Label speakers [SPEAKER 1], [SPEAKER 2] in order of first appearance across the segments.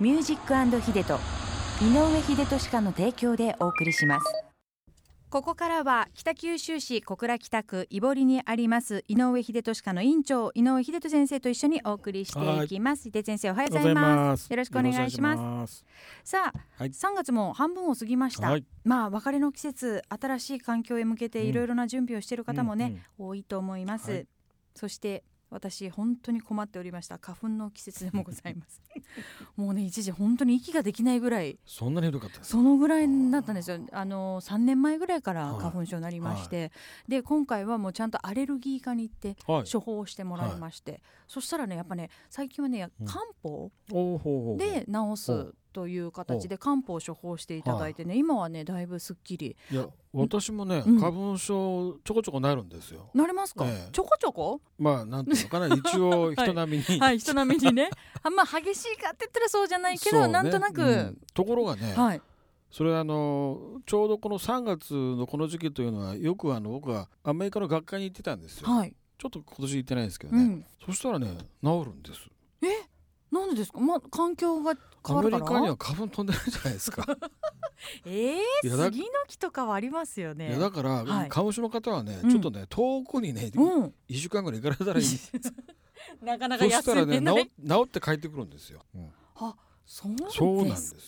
[SPEAKER 1] ミュージックヒデと井上秀俊家の提供でお送りします
[SPEAKER 2] ここからは北九州市小倉北区井堀にあります井上秀俊科の院長井上秀俊先生と一緒にお送りしていきます。秀俊先生おはようございます。よろしくお願いします。
[SPEAKER 3] ます。
[SPEAKER 2] さあ、
[SPEAKER 3] はい
[SPEAKER 2] 3月も半分を過ぎました。
[SPEAKER 3] はい
[SPEAKER 2] まあ別れの季節、新しい環境へ向けて
[SPEAKER 3] うん
[SPEAKER 2] いろいろな準備をしている方もね、
[SPEAKER 3] うん
[SPEAKER 2] 多いと思います。
[SPEAKER 3] はい
[SPEAKER 2] そして私本当に困っておりました花粉の季節でもございます もうね一時本当に息ができないぐらい
[SPEAKER 3] そんなにひどかったです。
[SPEAKER 2] そのぐらいになったんですよ。あの三年前ぐらいから
[SPEAKER 3] はい
[SPEAKER 2] 花粉症になりまして、で今回はもうちゃんとアレルギー科に行って
[SPEAKER 3] はい。
[SPEAKER 2] 処方をしてもらいまして、そしたらねやっぱね最近はね
[SPEAKER 3] うん
[SPEAKER 2] 漢方
[SPEAKER 3] おおほうほう。
[SPEAKER 2] で治
[SPEAKER 3] ほ
[SPEAKER 2] す
[SPEAKER 3] う
[SPEAKER 2] という形で漢方を処方していただいてね、今はねだいぶすっきり
[SPEAKER 3] いや私もね、
[SPEAKER 2] うん
[SPEAKER 3] 花粉症ちょこちょこなるんですよ。
[SPEAKER 2] なれますか、
[SPEAKER 3] ええ
[SPEAKER 2] ちょこちょこ
[SPEAKER 3] まあなんていうの かな一応人並みに。
[SPEAKER 2] はい人並みにね あんま激しいかって言ったらそうじゃないけ
[SPEAKER 3] そう
[SPEAKER 2] ど、
[SPEAKER 3] ね
[SPEAKER 2] なんとなく、
[SPEAKER 3] うんところがね、
[SPEAKER 2] はい
[SPEAKER 3] それあのちょうどこの3月のこの時期というのはよくあの僕はアメリカの学会に行ってたんですよ、
[SPEAKER 2] はい、
[SPEAKER 3] ちょっと今年行ってないんですけど
[SPEAKER 2] う
[SPEAKER 3] ね、
[SPEAKER 2] ん
[SPEAKER 3] そしたらね治るんです
[SPEAKER 2] なんでですかまあ環境が変
[SPEAKER 3] ア
[SPEAKER 2] わ
[SPEAKER 3] メ
[SPEAKER 2] る
[SPEAKER 3] リ
[SPEAKER 2] から
[SPEAKER 3] カには花粉飛んでるじゃないですか
[SPEAKER 2] ええ
[SPEAKER 3] いやだ
[SPEAKER 2] 杉の木とかはありますよ
[SPEAKER 3] い
[SPEAKER 2] ね
[SPEAKER 3] やだから、
[SPEAKER 2] はい
[SPEAKER 3] 花粉症の方はね
[SPEAKER 2] うん
[SPEAKER 3] ちょっとね、遠くにね
[SPEAKER 2] うん
[SPEAKER 3] 1週間ぐらい行かれたら いい
[SPEAKER 2] なかなか
[SPEAKER 3] そした
[SPEAKER 2] 休
[SPEAKER 3] ら
[SPEAKER 2] んで
[SPEAKER 3] ね
[SPEAKER 2] ない。
[SPEAKER 3] 治治って帰ってくるんですよ。
[SPEAKER 2] そうですか
[SPEAKER 3] そうなんですよ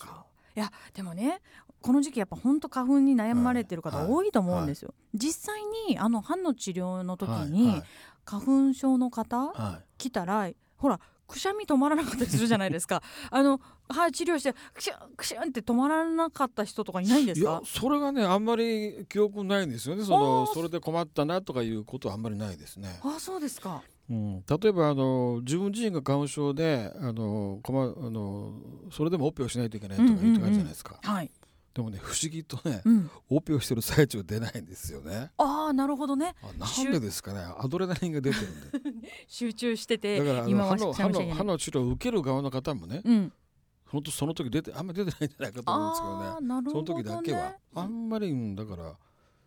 [SPEAKER 2] いやでもねこの時期やっぱ本当花粉に悩まれてる方
[SPEAKER 3] はい
[SPEAKER 2] 多いと思うんですよ。実際にあの歯の治療の時
[SPEAKER 3] はいは
[SPEAKER 2] に
[SPEAKER 3] い
[SPEAKER 2] 花粉症の方
[SPEAKER 3] はい
[SPEAKER 2] 来たらほらくしゃみ止まらなかったりするじゃないですか。あの歯治療してくしゃんくしゃんって止まらなかった人とかいないんで
[SPEAKER 3] い
[SPEAKER 2] す
[SPEAKER 3] や
[SPEAKER 2] か。
[SPEAKER 3] それがねあんまり記憶ないんですよねその
[SPEAKER 2] あー
[SPEAKER 3] それで困ったなとかいうことはあんまりないですね、
[SPEAKER 2] あそうですか。
[SPEAKER 3] うん、例えばあの自分自身が花粉症であの困あのそれでもオペをしないといけないとか
[SPEAKER 2] うんうんうん
[SPEAKER 3] 言うて感じじゃないですか、
[SPEAKER 2] はい。
[SPEAKER 3] でもね不思議とね
[SPEAKER 2] うん。
[SPEAKER 3] オペをしてる最中出ないんですよね
[SPEAKER 2] ああなるほどね。
[SPEAKER 3] あなんでですかねアドレナリンが出てるんで
[SPEAKER 2] 集中してて
[SPEAKER 3] だからあの
[SPEAKER 2] 今
[SPEAKER 3] 歯
[SPEAKER 2] はし
[SPEAKER 3] の
[SPEAKER 2] ゃ
[SPEAKER 3] 歯
[SPEAKER 2] みしゃい
[SPEAKER 3] の
[SPEAKER 2] けな
[SPEAKER 3] 歯
[SPEAKER 2] い。
[SPEAKER 3] の治療を受ける側の方もね
[SPEAKER 2] うん。
[SPEAKER 3] 本当その時出てあんまり出てないんじゃないかと思うんですけどね
[SPEAKER 2] ああなる
[SPEAKER 3] そ
[SPEAKER 2] ほ
[SPEAKER 3] の
[SPEAKER 2] ど
[SPEAKER 3] 時
[SPEAKER 2] ね。
[SPEAKER 3] だけは、あんまりうんだから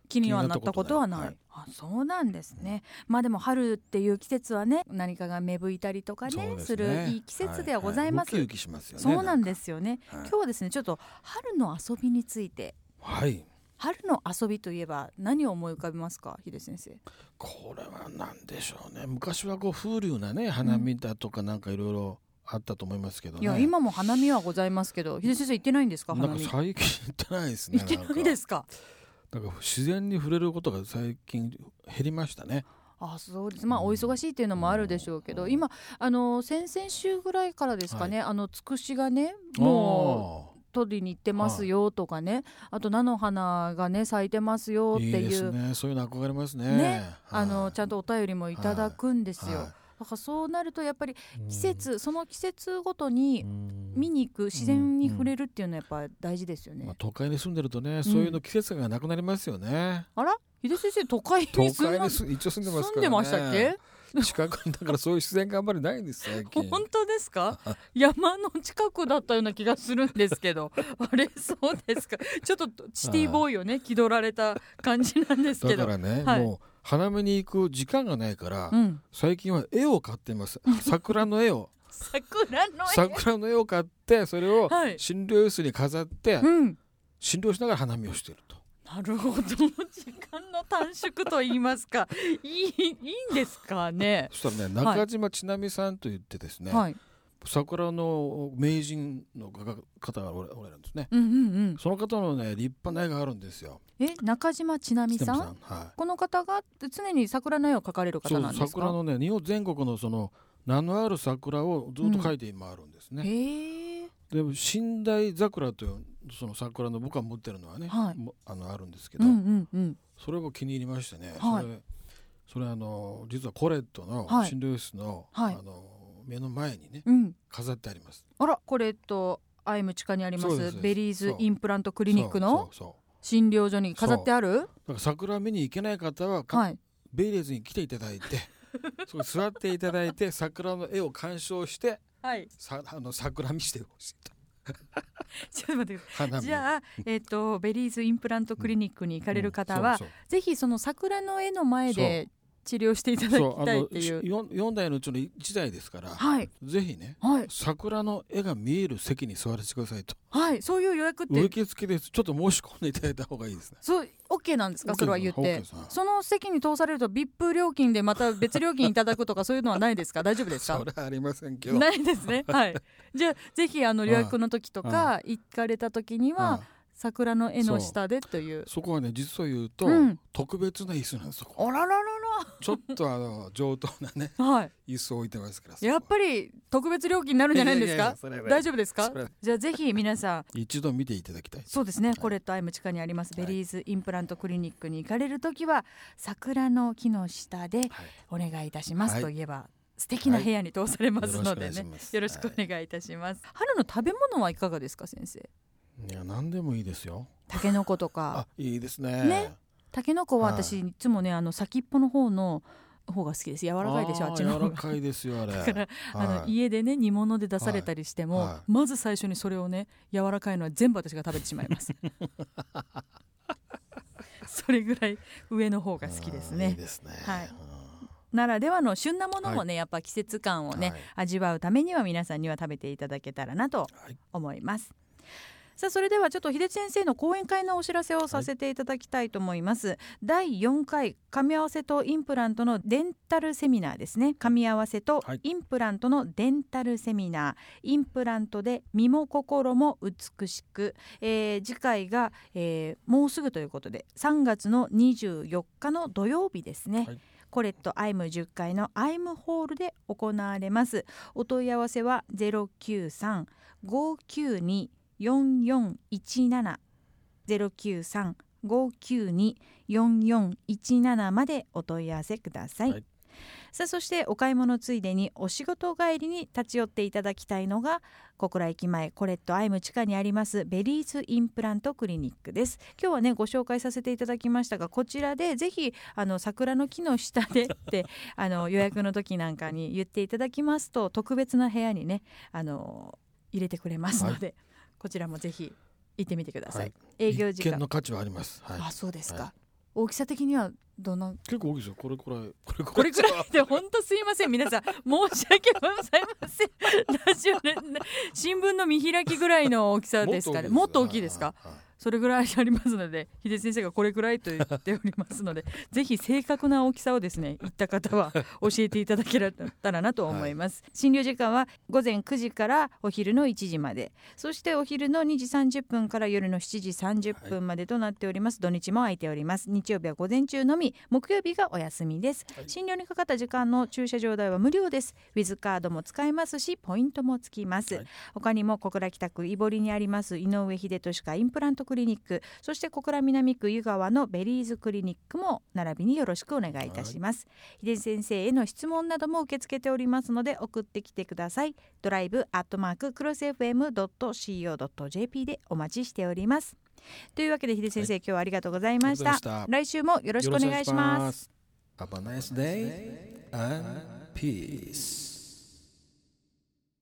[SPEAKER 2] 気にはなったことはない。
[SPEAKER 3] 気になっ
[SPEAKER 2] あ、そうなんですね。まあでも春っていう季節はね、何かが芽吹いたりとかね、
[SPEAKER 3] そうです
[SPEAKER 2] るいい季節ではございます。
[SPEAKER 3] ははウキウキしますよね。。
[SPEAKER 2] そうなんですすよね。
[SPEAKER 3] はい
[SPEAKER 2] 今日はですね、ちょっと春の遊びについて、
[SPEAKER 3] はい。
[SPEAKER 2] 春の遊びといえば何を思い浮かべますか、秀先生。
[SPEAKER 3] これは何でしょうね。昔はこう風流なね花見だとかなんかいろいろあったと思いますけどね。
[SPEAKER 2] いや、今も花見はございますけど、秀先生行ってないんですか、
[SPEAKER 3] な
[SPEAKER 2] 花
[SPEAKER 3] んか
[SPEAKER 2] 見。
[SPEAKER 3] 最近行ってないですね。
[SPEAKER 2] 行って
[SPEAKER 3] ん
[SPEAKER 2] ない
[SPEAKER 3] か
[SPEAKER 2] ですか。
[SPEAKER 3] なんか自然に触れることが最近減りましたね。
[SPEAKER 2] あそうですまあお忙しいっていうのもあるでしょうけど、
[SPEAKER 3] うん
[SPEAKER 2] 今あの先々週ぐらいからですかね、あのつくしがねもう
[SPEAKER 3] も
[SPEAKER 2] 取りに行ってますよとかね、あと菜の花がね咲いてますよって
[SPEAKER 3] いい
[SPEAKER 2] いう
[SPEAKER 3] ですね。そういうの憧れますね。
[SPEAKER 2] ね
[SPEAKER 3] はい
[SPEAKER 2] あのちゃんとお便りもいただくんですよ、
[SPEAKER 3] は
[SPEAKER 2] だからそうなるとやっぱり
[SPEAKER 3] い
[SPEAKER 2] 季節、その季節ごとに
[SPEAKER 3] うん
[SPEAKER 2] 見に行く自然に触れるっていうのはやっぱ大事ですよね、
[SPEAKER 3] まあ都会に住んでるとね、そういうの季節がなくなりますよね。
[SPEAKER 2] あら秀先生都会に
[SPEAKER 3] 都
[SPEAKER 2] 住ん
[SPEAKER 3] 会
[SPEAKER 2] ま
[SPEAKER 3] にす一応住んでます
[SPEAKER 2] 住
[SPEAKER 3] か
[SPEAKER 2] ん
[SPEAKER 3] らね。
[SPEAKER 2] でましたっけ
[SPEAKER 3] 近くにだからそういう自然があんまりないんです最 近
[SPEAKER 2] 本当です か山の近くだったような気がするんですけ どあれそうですかちょっとシティボーイをね気取られた感じなんですけ
[SPEAKER 3] だ
[SPEAKER 2] ど
[SPEAKER 3] からね、
[SPEAKER 2] はい
[SPEAKER 3] もう花見に行く時間がないから、
[SPEAKER 2] うん
[SPEAKER 3] 最近は絵を買ってます桜の 絵を
[SPEAKER 2] 桜の絵
[SPEAKER 3] 桜の絵を買ってそれを
[SPEAKER 2] はい
[SPEAKER 3] 診療室に飾って、
[SPEAKER 2] うん
[SPEAKER 3] 診療しながら花見をしていると
[SPEAKER 2] なるほど時間の短縮と言いますか いいいいんですかね
[SPEAKER 3] そしたらね中島千奈美さんと言ってですね、
[SPEAKER 2] はい
[SPEAKER 3] 桜の名人の画家方がおらおられるんですね
[SPEAKER 2] うんうんうん
[SPEAKER 3] その方のね立派な絵があるんですよ
[SPEAKER 2] え中島千奈美さん
[SPEAKER 3] 千奈美さんはい
[SPEAKER 2] この方が常に桜の絵を描かれる方なんです
[SPEAKER 3] そ
[SPEAKER 2] か
[SPEAKER 3] う桜のね日本全国のその名のある桜をずっと描いて今あるんですね、
[SPEAKER 2] へえ
[SPEAKER 3] でも寝台桜というその桜の僕が持ってるのはね、
[SPEAKER 2] はい
[SPEAKER 3] もあのあるんですけ
[SPEAKER 2] う
[SPEAKER 3] ど、
[SPEAKER 2] んうんうん
[SPEAKER 3] それを気に入りましてね、
[SPEAKER 2] はい
[SPEAKER 3] それそれあの実はコレットの
[SPEAKER 2] はい
[SPEAKER 3] 診療室の,、
[SPEAKER 2] はい
[SPEAKER 3] あの目の前にね
[SPEAKER 2] うん
[SPEAKER 3] 飾ってあります。
[SPEAKER 2] あらこれとアイム地下にありま
[SPEAKER 3] そうですす
[SPEAKER 2] ベリーズ
[SPEAKER 3] そう
[SPEAKER 2] インプラントクリニックの
[SPEAKER 3] そうそう
[SPEAKER 2] 診療所に飾ってある
[SPEAKER 3] そうだから桜見に行けない方は、か
[SPEAKER 2] はい
[SPEAKER 3] ベイレーズに来ていただい てそこに座っていただいて桜の絵を鑑賞して
[SPEAKER 2] はい
[SPEAKER 3] さあの桜見してほしいと
[SPEAKER 2] ちょっと待ってくだ
[SPEAKER 3] 花
[SPEAKER 2] さい
[SPEAKER 3] 見
[SPEAKER 2] じゃあえっとベリーズインプラントクリニックに行かれる方は
[SPEAKER 3] そうそう
[SPEAKER 2] ぜひその桜の絵の前で治療していただ
[SPEAKER 3] そ
[SPEAKER 2] き
[SPEAKER 3] うあ
[SPEAKER 2] たいっ
[SPEAKER 3] の
[SPEAKER 2] ていう。
[SPEAKER 3] 4, 四台のうちの1台ですから、
[SPEAKER 2] はい
[SPEAKER 3] ぜひね
[SPEAKER 2] はい
[SPEAKER 3] 桜の絵が見える席に座らせてくださいと
[SPEAKER 2] はいそういう予約って
[SPEAKER 3] 受付ですちょっと申し込んでいただいた方がいいですね。
[SPEAKER 2] そう OK なんですかそれは言っ
[SPEAKER 3] OK
[SPEAKER 2] て
[SPEAKER 3] です OK です
[SPEAKER 2] その席に通されると VIP 料金でまた別料金いただくとかそういうのはないですか大丈夫ですか
[SPEAKER 3] それはありませんけど。
[SPEAKER 2] ないです ねはいじゃあぜひあの予約の時とか行かれた時には
[SPEAKER 3] あ
[SPEAKER 2] 桜の絵の下でという
[SPEAKER 3] そこはね実を言うと、
[SPEAKER 2] うん
[SPEAKER 3] 特別な椅子なんですよ。
[SPEAKER 2] あららら
[SPEAKER 3] ちょっとあの上等なね
[SPEAKER 2] らはい
[SPEAKER 3] 椅子を置いてますから。
[SPEAKER 2] やっぱり特別料金になるんじゃないんです
[SPEAKER 3] いやいやい
[SPEAKER 2] か
[SPEAKER 3] やそれは
[SPEAKER 2] 大丈夫ですか
[SPEAKER 3] それは
[SPEAKER 2] じゃあぜひ皆さん
[SPEAKER 3] 一度見ていただきたい。
[SPEAKER 2] そうですね、コレットアイム地下にあります、
[SPEAKER 3] はい
[SPEAKER 2] ベリーズインプラントクリニックに行かれるときは桜の木の下でお願いいたします、
[SPEAKER 3] はい
[SPEAKER 2] といえば素敵な部屋に通されますので
[SPEAKER 3] はい
[SPEAKER 2] ね、よ
[SPEAKER 3] よ
[SPEAKER 2] ろ
[SPEAKER 3] ろ
[SPEAKER 2] し
[SPEAKER 3] し
[SPEAKER 2] く
[SPEAKER 3] く
[SPEAKER 2] お願いいたします、春の食べ物はいかがですか先生
[SPEAKER 3] いや何でもいいですよ。
[SPEAKER 2] タケノコとか
[SPEAKER 3] あいいですね。
[SPEAKER 2] ねタケノコは
[SPEAKER 3] はい
[SPEAKER 2] 私いつもねあの先っぽの方の方が好きです柔らかいでしょあっちの方
[SPEAKER 3] ー柔ら
[SPEAKER 2] が
[SPEAKER 3] かいですよあ れ。
[SPEAKER 2] だからあの
[SPEAKER 3] はい
[SPEAKER 2] 家でね煮物で出されたりしても、
[SPEAKER 3] はいは
[SPEAKER 2] まず最初にそれをね柔らかいのは全部私が食べてしまいます それぐらい上の方が好きです
[SPEAKER 3] あーい
[SPEAKER 2] ね
[SPEAKER 3] いですね。
[SPEAKER 2] はい
[SPEAKER 3] うん
[SPEAKER 2] ならではの旬なものもね、やっぱ季節感をね、
[SPEAKER 3] はい
[SPEAKER 2] 味わうためには皆さんには食べていただけたらなと
[SPEAKER 3] はい
[SPEAKER 2] 思います、さあそれではちょっと秀地先生の講演会のお知らせをさせていただきたいと思います、第4回噛み合わせとインプラントのデンタルセミナーですね噛み合わせと
[SPEAKER 3] はい
[SPEAKER 2] インプラントのデンタルセミナー、インプラントで身も心も美しく、えー次回が、えーもうすぐということで3月の24日の土曜日ですね、
[SPEAKER 3] はい
[SPEAKER 2] コレットアイム10階のアイムホールで行われますお問い合わせは093-592-4417 093-592-4417までお問い合わせください、
[SPEAKER 3] はい
[SPEAKER 2] さあそしてお買い物ついでにお仕事帰りに立ち寄っていただきたいのが小倉駅前コレットアイム地下にありますベリーズインプラントクリニックです今日はねご紹介させていただきましたがこちらでぜひあの桜の木の下でって あの予約の時なんかに言っていただきますと特別な部屋にねあの入れてくれますので、こちらもぜひ行ってみてください、
[SPEAKER 3] はい
[SPEAKER 2] 営業時
[SPEAKER 3] 一見
[SPEAKER 2] 間
[SPEAKER 3] の価値はあります。はい。
[SPEAKER 2] あそうですか、
[SPEAKER 3] はい
[SPEAKER 2] 大きさ的にはどんな
[SPEAKER 3] 結構大きいですよ。これくらいこれ
[SPEAKER 2] こ
[SPEAKER 3] こ
[SPEAKER 2] れくらいで本当すいません皆さん申し訳ございませんラジオで新聞の見開きぐらいの大きさですからもっと大きいですか、
[SPEAKER 3] はいはいはい
[SPEAKER 2] それぐらいありますので秀先生がこれくらいと言っておりますので ぜひ正確な大きさをですね言った方は教えていただけたらなと思います、診療時間は午前9時からお昼の1時までそしてお昼の2時30分から夜の7時30分までとなっております、土日も空いております日曜日は午前中のみ木曜日がお休みです、診療にかかった時間の駐車場代は無料ですウィズカードも使えますしポイントもつきます、
[SPEAKER 3] はい
[SPEAKER 2] 他にも小倉北区井堀にあります井上秀俊会インプラントクリニックそして小倉南区湯川のベリーズクリニックも並びによろしくお願いいたします、秀先生への質問なども受け付けておりますので送ってきてくださいドライブアットマーククロス FM.co.jp でお待ちしておりますというわけで秀先生、今日はありがとうございました
[SPEAKER 3] ありがとうござい
[SPEAKER 2] 来週もよろしくお願いします
[SPEAKER 3] す。Have a nice day and peace.